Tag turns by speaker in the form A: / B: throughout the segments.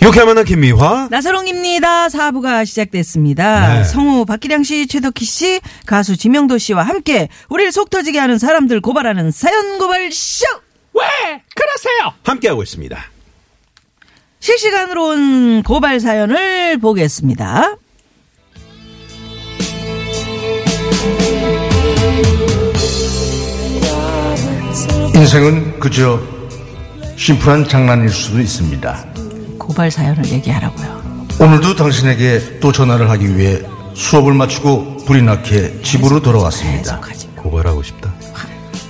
A: 이렇게 만난 김미화.
B: 나서롱입니다. 사부가 시작됐습니다.
A: 네.
B: 성우 박기량 씨, 최덕희 씨, 가수 지명도 씨와 함께 우리를 속 터지게 하는 사람들 고발하는 사연 고발 쇼!
C: 왜 그러세요?
A: 함께하고 있습니다.
B: 실시간으로 온 고발 사연을 보겠습니다.
D: 인생은 그저 심플한 장난일 수도 있습니다.
B: 고발 사연을 얘기하라고요.
D: 오늘도 당신에게 또 전화를 하기 위해 수업을 마치고 불이 나게 집으로 돌아왔습니다.
B: 계속하지.
A: 고발하고 싶다.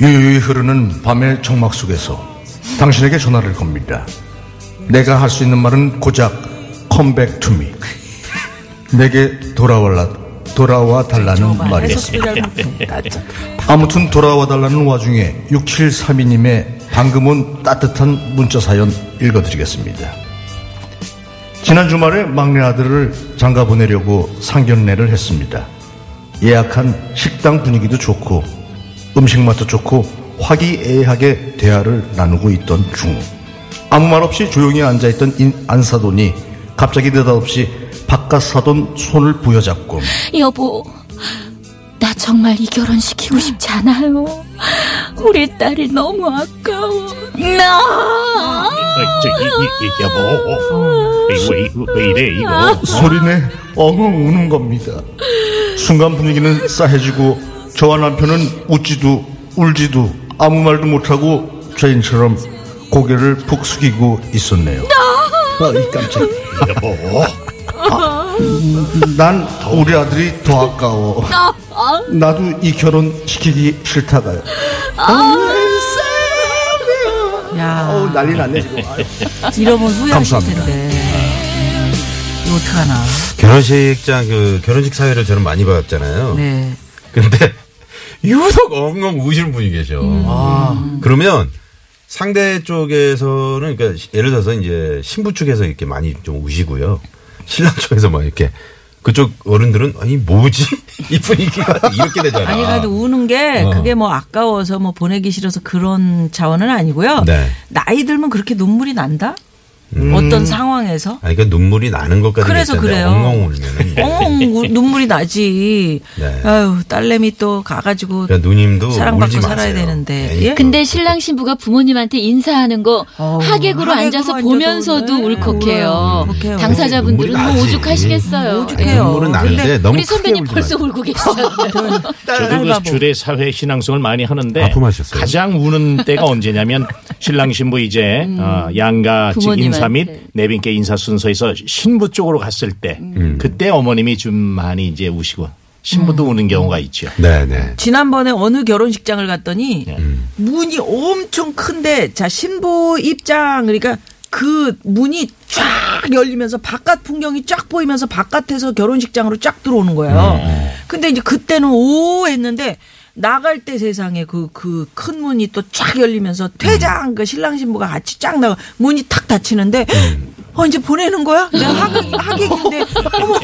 D: 유유히 흐르는 밤의 정막 속에서 당신에게 전화를 겁니다. 내가 할 수 있는 말은 고작 컴백 투미. 내게 돌아와 돌아와 달라는 말이었습니다. 아무튼 돌아와 달라는 와중에 6732님의 방금 온 따뜻한 문자 사연 읽어드리겠습니다. 지난 주말에 막내 아들을 장가 보내려고 상견례를 했습니다. 예약한 식당 분위기도 좋고 음식 맛도 좋고 화기애애하게 대화를 나누고 있던 중 아무 말 없이 조용히 앉아있던 인- 안사돈이 갑자기 느닷없이 바깥 사돈 손을 부여잡고
E: 여보, 나 정말 이 결혼 시키고 싶지 않아요. 우리 딸이 너무 아까워. 나
C: 저, 이, 이, 이, 여보,
E: 음.
C: 이, 왜, 이- 왜 이래
E: 아.
C: 이거?
D: 소리내 엉엉 우는 겁니다. 순간 분위기는 싸해지고 저와 남편은 웃지도 울지도 아무 말도 못하고 죄인처럼 고개를 푹 숙이고 있었네요. 아이 깜짝.
C: 여보,
D: 난 우리 아들이 더 아까워. 나도 이 결혼 시키기 싫다가요.
B: 야,
D: 어우 아, 난리 났네 지금. 아유.
B: 이러면 후회하실
D: 감사합니다.
B: 텐데. 이거 어떡하나.
A: 결혼식장 그 결혼식 사회를 저는 많이 봤잖아요.
B: 네.
A: 근데 유독 엉엉 우시는 분이 계셔.
B: 음. 아.
A: 그러면 상대 쪽에서는 그러니까 시- 예를 들어서 이제 신부 쪽에서 이렇게 많이 좀 우시고요. 신랑 쪽에서 막 이렇게 그쪽 어른들은 아니 뭐지 이 분위기가 이렇게 되잖아.
B: 아니, 그래도 우는 게
A: 어.
B: 그게 뭐 아까워서 뭐 보내기 싫어서 그런 자원은 아니고요.
A: 네. 음.
B: 나이 들면 그렇게 눈물이 난다? 어떤 상황에서?
A: 아니 그러니까 눈물이 나는 것까지
B: 그래서
A: 됐는데
B: 그래요.
A: 엉엉 울면은
B: 엉엉 울- 어, 눈물이 나지.
A: 네.
B: 아유 딸내미 또 가가지고
A: 그러니까 누님도
B: 사랑받고
A: 울지
B: 살아야
A: 마세요.
B: 되는데.
A: 예?
B: 예?
E: 근데 신랑 신부가 부모님한테 인사하는 거
B: 어우,
E: 하객으로
B: 하객으로
E: 앉아서
B: 앉아도
E: 보면서도
B: 네,
E: 울컥해요.
B: 울어요. 울컥해요.
E: 당사자분들은
A: 눈물이
E: 뭐
A: 나지.
E: 오죽하시겠어요.
B: 오죽해요.
A: 눈물은
B: 예?
A: 나는데
B: 근데
A: 너무
E: 우리 선배님
A: 크게 울지
E: 벌써
A: 마세요.
E: 울고 계시잖아요.
C: 저도 그
B: 딸바보.
C: 주례 사회 신앙송을 많이 하는데
A: 아픔하셨어요?
C: 가장 우는 때가 언제냐면 신랑 신부 이제 어, 양가 즉
E: 음. 부모님한테.
C: 인사 및 내빈께 인사 순서에서 신부 쪽으로 갔을 때
E: 음.
C: 그때 어머님이 좀 많이 이제 우시고 신부도 우는 경우가 있죠.
A: 네네.
B: 지난번에 어느 결혼식장을 갔더니
A: 네.
B: 문이 엄청 큰데 자 신부 입장 그러니까 그 문이 쫙 열리면서 바깥 풍경이 쫙 보이면서 바깥에서 결혼식장으로 쫙 들어오는 거예요.
E: 네.
B: 근데 이제 그때는 오 했는데 나갈 때 세상에 그 그 큰 문이 또 쫙 열리면서
E: 음.
B: 퇴장 그 신랑 신부가 같이 쫙 나가 문이 탁 닫히는데
E: 음.
B: 어 이제 보내는 거야? 내가 하객, 하객인데 어머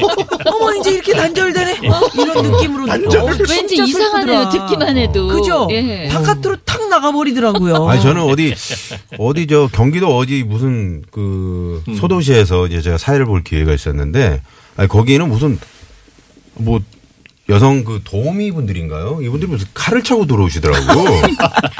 B: 어머 이제 이렇게 단절되네 이런 느낌으로 단절
E: 어. 왠지 이상하네요. 듣기만 해도.
B: 그죠?
E: 예.
B: 바깥으로 탁 나가버리더라고요. 네.
A: 아니 저는 어디 어디 저 경기도 어디 무슨 그
C: 음.
A: 소도시에서 이제 제가 사회를 볼 기회가 있었는데 아니 거기는 무슨 뭐 여성 그 도우미 분들인가요? 이분들이 무슨 칼을 차고 들어오시더라고.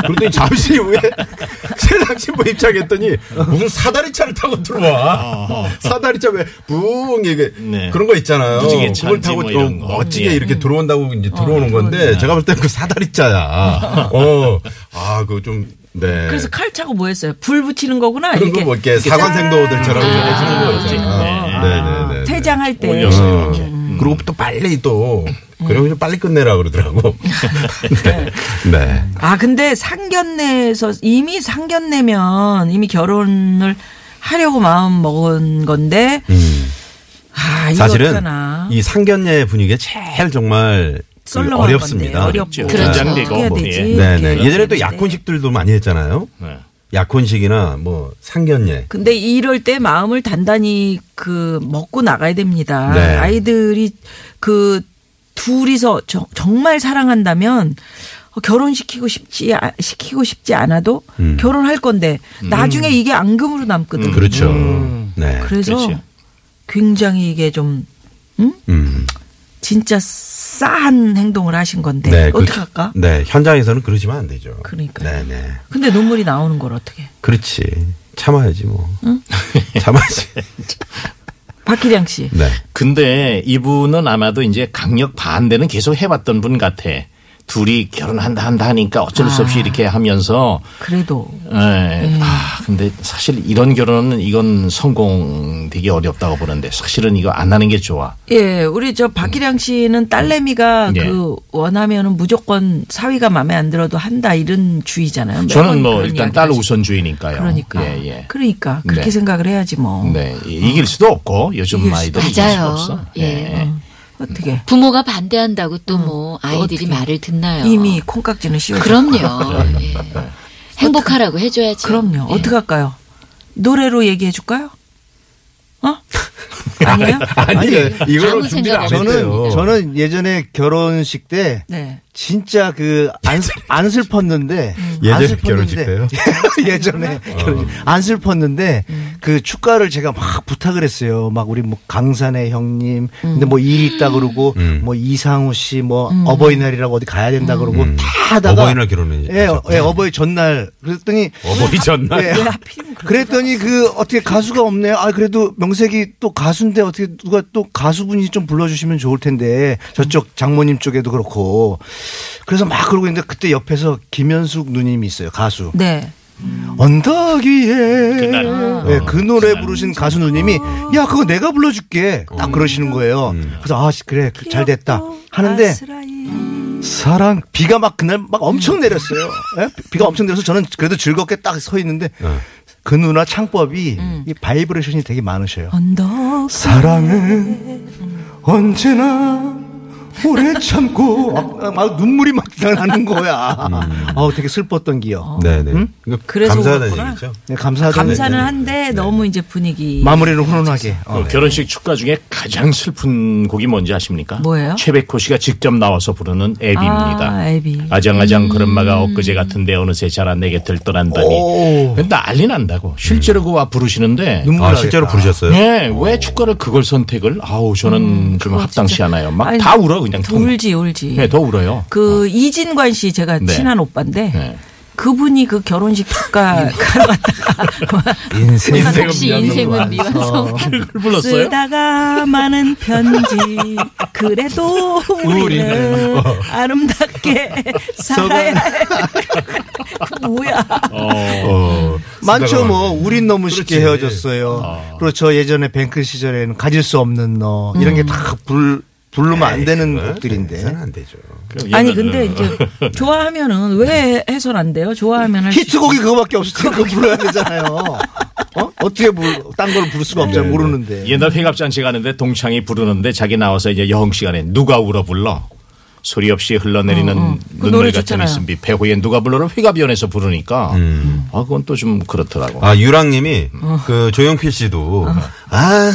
A: 그랬더니 잠시 후에 신랑 신부 입장했더니 무슨 사다리 차를 타고 들어와. 사다리 차왜 붕 이게
C: 네.
A: 그런 거 있잖아요.
C: 무지개차인지
A: 그걸 타고
C: 뭐 이런 거.
A: 멋지게
C: 예.
A: 이렇게
B: 음.
A: 들어온다고 이제 들어오는 건데 제가 볼 때는 그 사다리짜야. 어. 아, 그거 좀 네.
B: 그래서 칼 차고 뭐 했어요? 불 붙이는 거구나.
A: 그런
B: 이렇게 아,
A: 거뭐 이렇게 사관생도들처럼 이렇게 하는 거
C: 네.
A: 있잖아요. 네, 네, 네.
B: 퇴장할 때.
C: 올려서 이렇게.
A: 음. 그리고 또 빨리 또
B: 음.
A: 그리고 좀 빨리 끝내라 그러더라고. 네. 네.
B: 아 근데 상견례에서 이미 상견례면 이미 결혼을 하려고 마음 먹은 건데
A: 음.
B: 아 이거
A: 사실은
B: 어떡하나.
A: 이 상견례 분위기가 제일 정말 그
B: 썰렁한
A: 어렵습니다.
B: 건데, 어렵고
C: 그렇죠.
B: 긴장되고 어떻게 해야
C: 뭐,
B: 되지?
C: 예.
A: 네네.
B: 이렇게
A: 예전에 또
B: 이렇게
A: 약혼식들도 많이 했잖아요.
C: 네.
A: 약혼식이나 뭐 상견례.
B: 근데 이럴 때 마음을 단단히 그 먹고 나가야 됩니다.
A: 네.
B: 아이들이 그 둘이서 저- 정말 사랑한다면 어, 결혼시키고 싶지 아- 시키고 싶지 않아도
A: 음.
B: 결혼할 건데 나중에 이게 앙금으로 남거든. 요
A: 그렇죠. 네.
B: 음. 그래서
C: 그렇죠.
B: 굉장히 이게 좀
A: 음.
B: 진짜 싸한 행동을 하신 건데
A: 네,
B: 어떻게
A: 그-
B: 할까?
A: 네. 현장에서는 그러시면 안 되죠.
B: 그러니까요.
A: 네네.
B: 근데 눈물이 나오는 걸 어떻게?
A: 그렇지. 참아야지 뭐. 참아야지.
B: 박기량 씨.
A: 네.
C: 근데 이분은 아마도 이제 강력 반대는 계속 해봤던 분 같아. 둘이 결혼한다 한다 하니까 어쩔 수
E: 아.
C: 없이 이렇게 하면서
B: 그래도
C: 예.
B: 음.
C: 아, 근데 사실 이런 결혼은 이건 성공되기 어렵다고 보는데 사실은 이거 안 하는 게 좋아.
B: 예, 우리 저 박기량 씨는 딸내미가
C: 예.
B: 그 원하면은 무조건 사위가 마음에 안 들어도 한다 이런 주의잖아요. 음. 매번
C: 저는 뭐
B: 그런
C: 일단
B: 이야기
C: 딸
B: 하시-
C: 우선주의니까요.
B: 그러니까.
C: 예, 예.
B: 그러니까 그렇게
C: 네.
B: 생각을 해야지 뭐.
C: 네. 이- 이길 수도 없고 요즘
B: 이길
C: 아이들
E: 수도
C: 이길 수도
E: 맞아요.
C: 없어.
E: 예.
B: 음. 어떻게?
E: 부모가 반대한다고 또 뭐 아이들이
B: 음. 어떻게.
E: 말을 듣나요?
B: 이미 콩깍지는 씌워.
E: 그럼요. 예. 행복하라고 해줘야죠. 예.
B: 그럼요. 어떻게 할까요? 노래로 얘기해 줄까요? 어? 아니에요?
A: 아니,
D: 예.
A: 이걸로
E: 아무
A: 준비를
E: 생각
A: 안
E: 없이.
A: 했어요.
D: 저는 저는 예전에 결혼식 때
B: 네.
D: 진짜 그 안 안 슬펐는데 안
A: 예전에
D: 슬펐는데
A: 결혼식 때요? 어.
D: 예전에 결혼식. 안 슬펐는데 그 축가를 제가 막 부탁을 했어요. 막 우리 뭐 강산의 형님, 근데 뭐 일 있다 그러고
A: 음.
D: 뭐 이상우 씨 뭐 어버이날이라고 어디 가야 된다 그러고
A: 음.
D: 다 하다가
A: 어버이날 결혼을
D: 예, 어,
A: 하셨구나.
D: 예, 어버이 전날 그랬더니
A: 어버이 전날.
D: 예.
B: 왜 하필이면 그런
D: 그랬더니 그 어떻게 가수가 없네요. 아 그래도 명색이 또 가수인데 어떻게 누가 또 가수분이 좀 불러주시면 좋을 텐데 저쪽 장모님 쪽에도 그렇고 그래서 막 그러고 있는데 그때 옆에서 김현숙 누님이 있어요 가수
B: 네.
D: 음. 언덕 위에
C: 그날.
D: 네, 그 노래 부르신 가수 누님이 야 그거 내가 불러줄게 딱 그러시는 거예요. 그래서 아 그래 그- 잘 됐다 하는데
B: 아스라이.
D: 사랑 비가 막 그날
B: 음.
D: 막 엄청 내렸어요. 예? 비가 엄청 내려서 저는 그래도 즐겁게 딱 서 있는데
A: 네.
D: 그 누나 창법이
B: 음.
D: 이 바이브레이션이 되게
B: 어.
D: 많으셔요.
C: 네,
B: 언덕.
D: 사랑은 언제나 오래 참고 막, 막 눈물이 막 나는 거야.
A: 음.
D: 아우 되게 슬펐던 기억.
A: 네네. 그러니까
B: 그래서
A: 감사하다는
B: 울었구나.
A: 얘기죠. 아,
D: 네, 감사하다.
B: 어. 감사는 아, 한데
C: 네.
B: 너무 이제 분위기.
D: 마무리를 훈훈하게. 어,
C: 그 결혼식 축가 중에 가장 슬픈 곡이 뭔지 아십니까?
B: 뭐예요?
C: 최백호 씨가 직접 나와서 부르는 애비입니다.
B: 아, 애비.
C: 아장아장 그런마가 엊그제 같은데 어느새 자라 내 곁을 떠난다니.
D: 오.
C: 근데 난리 난다고. 실제로 그와
D: 눈물
C: 부르시는데.
A: 아,
B: 그러니까.
D: 나겠다.
A: 실제로 부르셨어요?
C: 네, 왜 축가를 그걸 선택을? 아우, 저는 좀 합당치 않아요. 막
B: 음, 아니,
C: 다 울어, 그냥 통.
B: 울지 울지.
C: 네, 더 울어요.
B: 그 이진관 씨 제가
C: 네.
B: 친한 오빠인데
C: 네.
B: 그분이 그 결혼식 축가 가러 갔다가
D: 인생
E: 혹시
A: 아.
E: 인생은 미완성.
C: 그걸 불렀어요?
B: 쓰다가 많은 편지 그래도 우리는
C: 어.
B: 아름답게 살아야 해. 그 뭐야? 네.
A: 어,
D: 많죠
A: 쓰다가
D: 뭐 우린 너무 쉽게
A: 그렇지. 아.
D: 헤어졌어요. 그렇죠 예전에 뱅크 시절에는 가질 수 없는 너 이런
B: 음.
D: 게 다 불 부르면
A: 네,
D: 안 되는
A: 그건
D: 곡들인데
A: 해서는 안 되죠.
C: 그
B: 아니 근데 이제 좋아하면은 왜 해선 안 돼요? 좋아하면 할수
D: 히트곡이 그거밖에 없을 때 그거 불러야 되잖아요. 어? 어떻게 딴걸 부를 수가 없잖아 모르는데.
C: 옛날 회갑잔치 가는데 동창이 부르는데 자기 나와서 이제 여흥 시간에 누가 울어 불러 소리 없이 흘러내리는
B: 그 노래
C: 눈물 같은
B: 좋잖아요.
C: 이승비 배호의 누가 불러를 회갑위원회에서 부르니까 아 그건 또 좀 그렇더라고.
A: 아, 유랑님이
B: 어.
A: 그 조영필 씨도 아,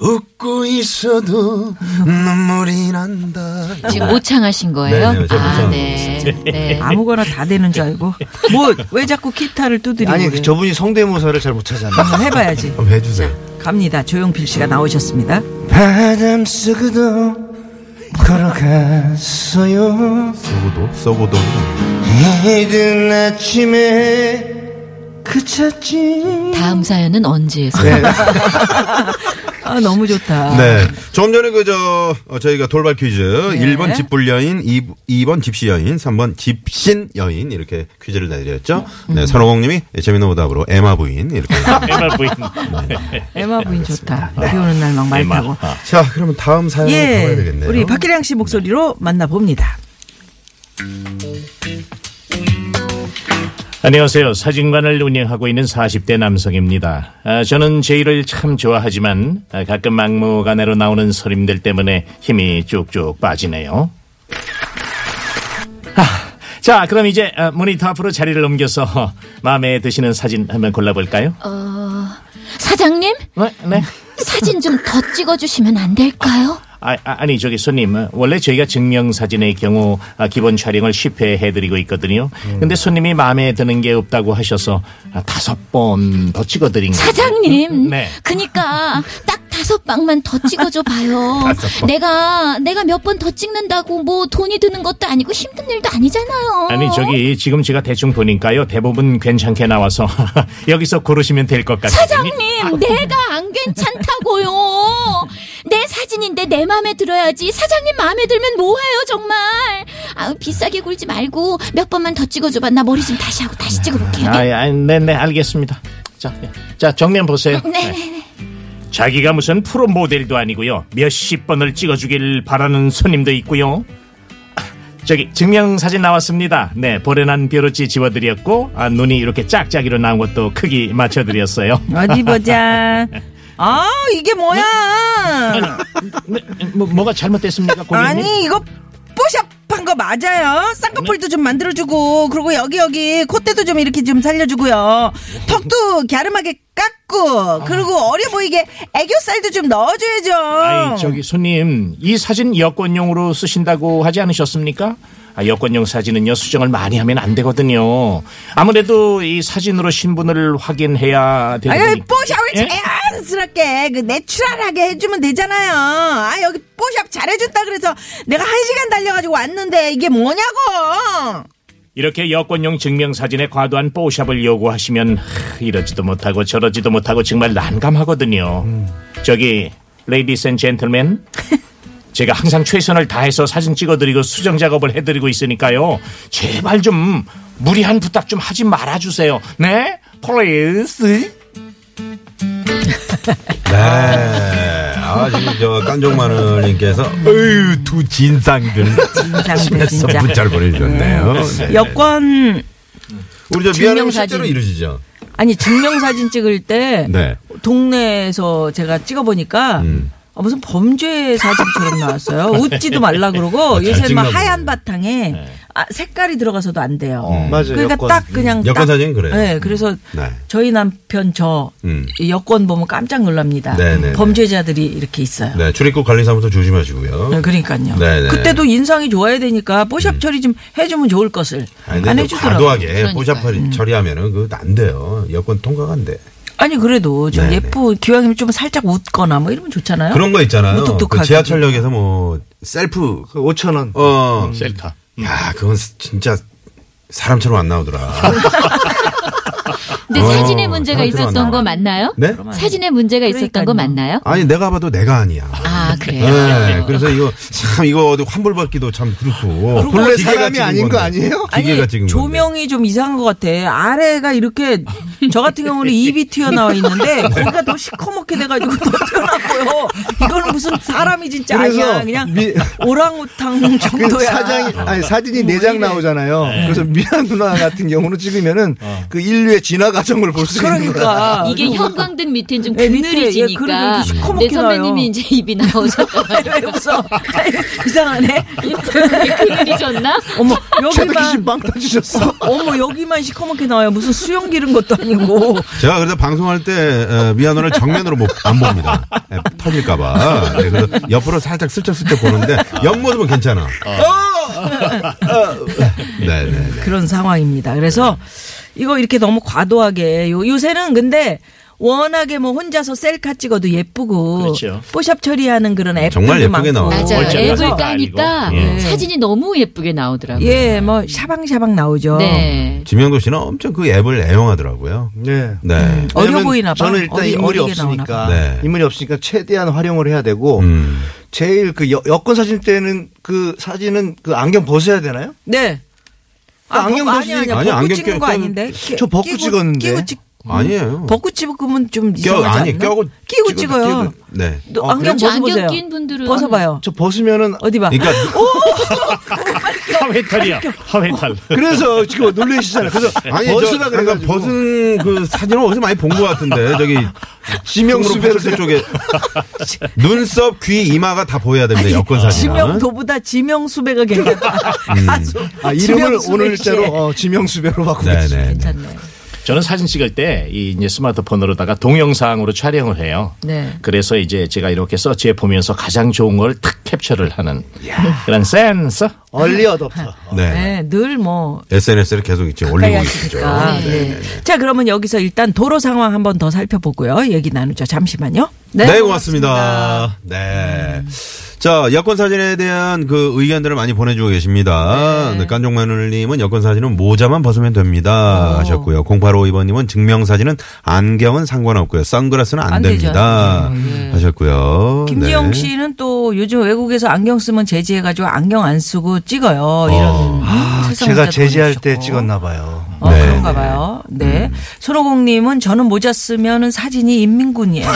A: 웃고 있어도 눈물이 난다.
E: 지금 모창하신 거예요?
A: 네, 네, 제가
E: 아,
A: 모창하고
E: 네. 네.
B: 아무거나 다 되는 줄 알고 뭐 왜 자꾸 기타를 두드리고
D: 아니
B: 그래요?
D: 저분이 성대모사를 잘 못하잖아.
B: 한번 해봐야지.
A: 한번 해주세요.
B: 갑니다. 조용필 씨가 나오셨습니다.
D: 바람 속으로 걸어갔어요.
A: 써고도 써고도
D: 이른 아침에 그 그쳤지.
E: 다음 사연은 언제?
B: 아 너무 좋다.
A: 네. 조금 전에 그저 어, 저희가 돌발 퀴즈 1번 집불 여인, 2, 번 집시 여인, 3번 집신 여인 이렇게 퀴즈를 내드렸죠. 네, 선호공님이 재밌는 오답으로 에마 부인 이렇게.
C: MR 부인.
B: 에마 부인 좋다. 비 오는 날 막 말
C: MR.
B: 타고.
C: 아,
A: 자, 그러면 다음 사연을 가봐야
B: 예,
A: 네. 되겠네요.
B: 우리 박기량 씨 목소리로 만나봅니다.
C: 안녕하세요. 사진관을 운영하고 있는 40대 남성입니다. 아, 저는 제 일을 참 좋아하지만 아, 가끔 막무가내로 나오는 서림들 때문에 힘이 쭉쭉 빠지네요. 아, 자, 그럼 이제 아, 모니터 앞으로 자리를 옮겨서 마음에 드시는 사진 한번 골라볼까요?
E: 사장님,
C: 네, 네.
E: 사진 좀 더 찍어주시면 안 될까요?
C: 아, 아, 니 저기 손님 어, 원래 저희가 증명사진의 경우 아, 기본 촬영을 10회 해드리고 있거든요 근데 손님이 마음에 드는 게 없다고 하셔서 아, 다섯 번 더 찍어드린 거예요
E: 사장님,
C: 네.
E: 그니까 딱 다섯 방만 더 찍어줘 봐요. 내가 내가 몇 번 더 찍는다고 뭐 돈이 드는 것도 아니고 힘든 일도 아니잖아요.
C: 아니 저기 지금 제가 대충 보니까요 대부분 괜찮게 나와서 여기서 고르시면 될 것 같아요
E: 사장님, 내가 안 괜찮다고요. 내 사진인데 내 마음에 들어야지. 사장님 마음에 들면 뭐해요 정말. 아 비싸게 굴지 말고 몇 번만 더 찍어줘봐. 나 머리 좀 다시 하고 다시 찍어볼게요.
C: 아, 아, 네네 알겠습니다 자, 네. 자 정면 보세요
E: 네.
C: 자기가 무슨 프로 모델도 아니고요. 몇십 번을 찍어주길 바라는 손님도 있고요. 아, 저기 증명사진 나왔습니다. 네, 보련한 벼루치 집어드렸고 아, 눈이 이렇게 짝짝이로 나온 것도 크기 맞춰드렸어요.
B: 어디 보자. 아 이게 뭐야?
C: 네, 뭐, 뭐가 잘못됐습니까, 고객님?
B: 아니 이거 뽀샵한 거 맞아요? 쌍꺼풀도 좀 만들어주고 그리고 여기 여기 콧대도 좀 이렇게 좀 살려주고요. 턱도 갸름하게 깎고 그리고 어려 보이게 애교살도 좀 넣어줘야죠.
C: 아이, 저기 손님, 이 사진 여권용으로 쓰신다고 하지 않으셨습니까? 아, 여권용 사진은요 수정을 많이 하면 안 되거든요. 아무래도 이 사진으로 신분을 확인해야 되는
B: 아유
C: 거니까.
B: 뽀샵을
C: 예?
B: 자연스럽게 그 내추럴하게 해주면 되잖아요. 아 여기 뽀샵 잘해준다 그래서 내가 한 시간 달려가지고 왔는데 이게 뭐냐고.
C: 이렇게 여권용 증명사진에 과도한 뽀샵을 요구하시면 하, 이러지도 못하고 저러지도 못하고 정말 난감하거든요. 저기 레이디스 앤 젠틀맨 제가 항상 최선을 다해서 사진 찍어드리고 수정 작업을 해드리고 있으니까요. 제발 좀 무리한 부탁 좀 하지 말아주세요. 네? 플레이스
A: 네. 아, 지금 저 깜정마늘님께서, 어휴, 두 진상들.
B: 진상들 진짜.
A: 문자를 보내주셨네요. 네.
F: 여권
A: 우리 저 미안하면 실제로
F: 증명사진.
A: 이루어지죠.
F: 아니 증명사진 찍을 때
A: 네.
F: 동네에서 제가 찍어보니까
A: 음.
F: 아, 무슨 범죄 사진처럼 나왔어요. 웃지도 말라 그러고
A: 어, 잘
F: 요새 막
A: 찍나
F: 하얀
A: 보네.
F: 바탕에 아, 색깔이 들어가서도 안 돼요.
D: 맞아요.
F: 그러니까
D: 여권.
F: 딱 그냥
A: 여권
F: 딱-
A: 사진은 그래요.
F: 네, 그래서
A: 네.
F: 저희 남편 저
A: 음.
F: 이 여권 보면 깜짝 놀랍니다.
A: 네, 네, 네.
F: 범죄자들이 이렇게 있어요.
A: 네. 출입국 관리사무소 조심하시고요.
F: 네, 그러니까요.
A: 네, 네.
F: 그때도 인상이 좋아야 되니까 뽀샵 처리 좀 해주면 좋을 것을
A: 아니,
F: 안
A: 근데 좀
F: 해주더라고요.
A: 과도하게 뽀샵
E: 그러니까요.
A: 처리하면은 그안 돼요. 여권 통과가 안 돼.
F: 아니 그래도 좀
A: 네네.
F: 예쁘 기왕이면 좀 살짝 웃거나 뭐 이러면 좋잖아요.
A: 그런 거 있잖아요.
F: 무뚝뚝하게.
A: 그 지하철역에서 뭐 셀프
D: 5천 원.
A: 어.
C: 음, 셀카.
A: 야, 그건 진짜 사람처럼 안 나오더라.
E: 근데
A: 어,
E: 사진에 문제가
A: 사람 들어왔나?
E: 있었던 거 맞나요?
A: 네?
E: 사진에 문제가 있었던 거
F: 그러니까요.
E: 맞나요?
A: 아니 내가 봐도 내가 아니야.
E: 아 그래요.
A: 네, 그래서 이거 참 이거 어디 환불 받기도 참 그렇고.
D: 본래
A: 기계가
D: 사람이
A: 찍은
D: 아닌 거
A: 건데.
D: 아니에요?
A: 기계가 찍은 건데.
F: 조명이 좀 이상한 것 같아. 아래가 이렇게 저 같은 경우는 입이 튀어나와
A: 네.
F: 있는데 거기가 더 시커멓게 돼가지고 더 튀어나와요. 이거는 무슨 사람이 진짜 아니야.
D: 그래서
F: 그냥
D: 미-
F: 오랑우탕
D: 그
F: 정도야.
D: 사장이 아니 사진이 네 장 나오잖아요. 그래서 미안 누나 같은 경우는 찍으면은 그 인류의 진화 과정을 볼 수 있는 거야.
F: 그러니까
E: 이게 형광등 밑엔 좀
F: 네, 밑에, 예,
E: 그늘이지니까
F: 그래도 시커멓게
E: 내 선배님이
F: 나요.
E: 이제 입이 나오셨다.
F: 왜 웃어? 이상하네.
E: 그늘이셨나?
F: 어머
D: 최덕기
F: 그러니까. 여기만
D: 씨빵 터지셨어.
F: 어머 여기만 시커멓게 나와요. 무슨 수영 기른 것도 아니고.
A: 제가 그래서 방송할 때 미안원을 정면으로 못, 안 봅니다. 예, 터질까봐. 네, 그래서 옆으로 살짝 슬쩍슬쩍 보는데 옆모습은 괜찮아. 네네네.
F: 그런 상황입니다. 그래서 이거 이렇게 너무 과도하게 요, 요새는 근데 워낙에 뭐 혼자서 셀카 찍어도 예쁘고
C: 그렇죠.
F: 뽀샵 처리하는 그런 앱들도
A: 네, 정말 예쁘게
F: 많고.
A: 나와요.
E: 맞아요.
C: 얼짱
E: 앱을
C: 가서
E: 까니까
C: 아니고.
F: 예.
E: 사진이 너무 예쁘게 나오더라고요.
A: 네.
F: 예, 뭐 샤방샤방 나오죠.
E: 네.
A: 지명도 씨는 엄청 그 앱을 애용하더라고요.
D: 네.
A: 네.
F: 어려
D: 왜냐면
F: 보이나 봐.
D: 저는 일단
F: 어디-
D: 인물이
F: 어리게 나오나
D: 없으니까
A: 봐. 네.
D: 인물이 없으니까 최대한 활용을 해야 되고
A: 음.
D: 제일 그 여, 권 사진 때는 그 사진은 그 안경 벗어야 되나요?
F: 네.
D: 안경
F: 벗-
D: 벗으니까-
F: 아니, 아니,
A: 아니,
F: 벗고
A: 안경
F: 찍는
A: 껴-
F: 거
A: 껴-
F: 아닌데. 끼-
D: 저 벗고 찍었는데.
F: 끼고 찍,
A: 아니에요.
F: 음. 벗고 찍으면 좀
A: 껴,
F: 이상하지
A: 아니,
F: 않나?
A: 껴고.
F: 끼고
A: 찍어도
F: 찍어요.
A: 끼고- 네.
F: 너
D: 아,
F: 안경
E: 그렇죠. 안경
F: 벗어보세요.
E: 낀 분들은
F: 벗어봐요.
D: 저 벗으면은
F: 어디 봐.
A: 그러니까
C: 하회탈이야. 하회탈.
D: 그래서 지금 놀라시잖아요. 그래서
A: 아니
D: 버스가
A: 저 그러니까
D: 그래가지고
A: 벗은 그 사진을 어디서 많이 본 것 같은데 저기
D: 지명수
A: 푸르스 쪽에 눈썹 귀 이마가 다 보여야
D: 네,
A: 됩니다 여권 사진
F: 지명도보다 지명수배가 괜찮다. 가수.
D: 아, 이름을
F: 지명수배
D: 오늘자로
F: 씨의
D: 어, 지명수배로 바꾸겠습니다.
A: 네네
F: 괜찮네.
C: 저는 사진 찍을 때 이 이제 스마트폰으로다가 동영상으로 촬영을 해요.
F: 네.
C: 그래서 이제 제가 이렇게 서치해 보면서 가장 좋은 걸 탁 캡처를 하는 그런 센서.
D: 얼리 어답터.
A: 네
F: 네, 늘 뭐
A: SNS를 계속 이제
F: 가까이
A: 올리고 있죠
F: 하시니까.
A: 네.
F: 네. 자, 그러면 여기서 일단 도로 상황 한번 더 살펴보고요. 얘기 나누죠. 잠시만요.
A: 네, 고맙습니다. 네.
F: 음.
A: 자, 여권 사진에 대한 그 의견들을 많이 보내주고 계십니다. 네. 깐종마늘님은 여권 사진은 모자만 벗으면 됩니다.
F: 어.
A: 하셨고요. 0852번님은 증명사진은 안경은 상관없고요. 선글라스는 안,
F: 안 되죠. 네, 예.
A: 됩니다. 하셨고요.
F: 김지영
A: 네.
F: 씨는 또 요즘 외국에서 안경 쓰면 제지해가지고 안경 안 쓰고 찍어요.
A: 어.
F: 이런 음,
D: 아,
F: 세상
D: 제가
F: 문자도
D: 제지할 때
F: 보내주셨고.
D: 찍었나 음. 봐요.
F: 어,
A: 네,
F: 그런가
A: 네.
F: 봐요. 네. 손호공님은 저는 모자 쓰면은 사진이 인민군이에요.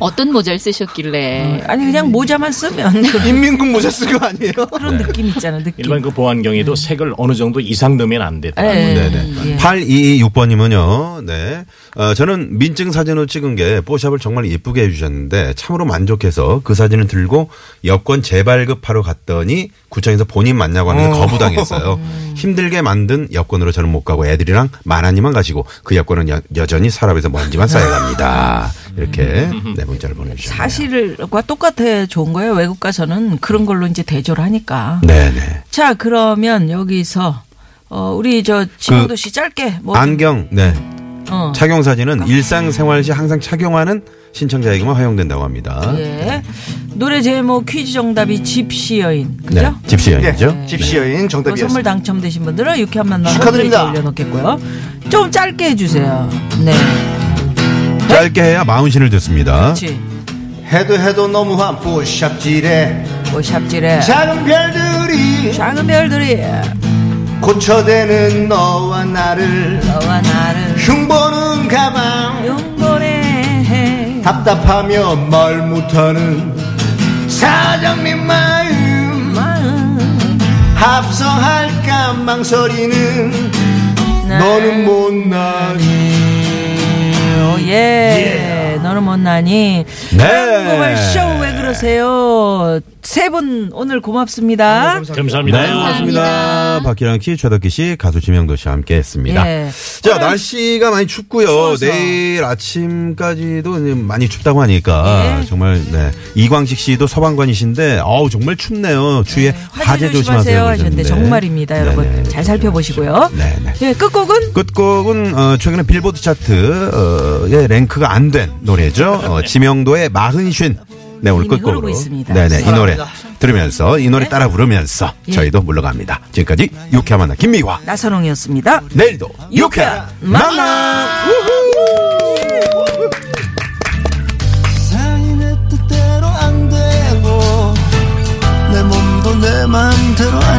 E: 어떤 모자를 쓰셨길래
F: 아니 그냥 모자만 쓰면
D: 인민군 모자 쓴 거 아니에요?
F: 그런 느낌 있잖아. 느낌.
C: 일반 그 보안경에도 색을 어느 정도 이상 넣으면 안 되더라고요.
F: 네.
A: 네네. 8226번님은요, 네. 어, 저는 민증 사진으로 찍은 게 뽀샵을 정말 예쁘게 해주셨는데 참으로 만족해서 그 사진을 들고 여권 재발급하러 갔더니 구청에서 본인 만나고 하면서 거부당했어요. 힘들게 만든 여권으로 저는 못 가고 애들이랑 만화니만 가시고 그 여권은 여, 전히 서랍에서 먼지만 쌓여갑니다. 이렇게 네 문자를 보내주셨네요.
F: 사실과 똑같아 좋은 거예요. 외국 가서는 그런 걸로 이제 대조를 하니까.
A: 네네.
F: 자 그러면 여기서 어, 우리 저 지명도
D: 그
F: 씨 짧게 뭐
A: 안경, 네.
F: 어.
A: 착용 사진은 일상생활 시 항상 착용하는 신청자에게만 허용된다고 합니다.
F: 예. 노래 제목 퀴즈 정답이 집시 여인 그죠?
A: 네. 집시 여행이죠.
D: 네. 집시 여인
F: 뭐 선물
D: 정답이었습니다.
F: 당첨되신 분들은 유쾌한 만남
D: 축하드립니다.
F: 홈페이지에 올려놓겠고요. 좀 짧게 해주세요. 네.
A: 네. 짧게 해야 마흔신을 듣습니다.
F: 그렇지.
D: 해도 해도 너무한 포샵질에
F: 뭐 샵질에
D: 작은 별들이
F: 작은 별들이
D: 고쳐대는 너와 나를
F: 너와 나를
D: 흉보는 가방
F: 용건해.
D: 답답하며 말 못하는 사장님 마음 합성할까 망설이는 너는 못나니
F: 오, 예. 너는 못나니.
A: 네.
F: 한국말 쇼왜 그러세요? 세 분 오늘 고맙습니다.
C: 아, 네, 감사합니다.
A: 고맙습니다. 네, 박기랑 씨, 최덕기 씨, 가수 지명도 씨와 함께 했습니다.
F: 예.
A: 자, 날씨가 많이 춥고요. 내일 아침까지도 이제 많이 춥다고 하니까 정말 네. 이광식 씨도 서방관이신데 어우 정말 춥네요. 추위에 화재 조심하세요.
F: 하셨는데
A: 그러셨는데.
F: 정말입니다, 여러분.
A: 네네.
F: 잘 살펴보시고요.
A: 네, 네.
F: 예, 끝곡은
A: 끝곡은 어, 최근에 빌보드 차트의 랭크가 안 된 노래죠. 어, 지명도의 마흔쉰. 네 오늘
F: 이미
A: 끝곡으로.
F: 흐르고 있습니다. 네. 예.
A: 네네 이 노래 들으면서 이 노래 따라 부르면서 저희도 물러갑니다. 지금까지 유쾌한 만남 김미화.
F: 나선홍이었습니다.
A: 내일도 유쾌한 만남.
G: 세상이 내 뜻대로 안 되고 내 몸도 내 맘대로 안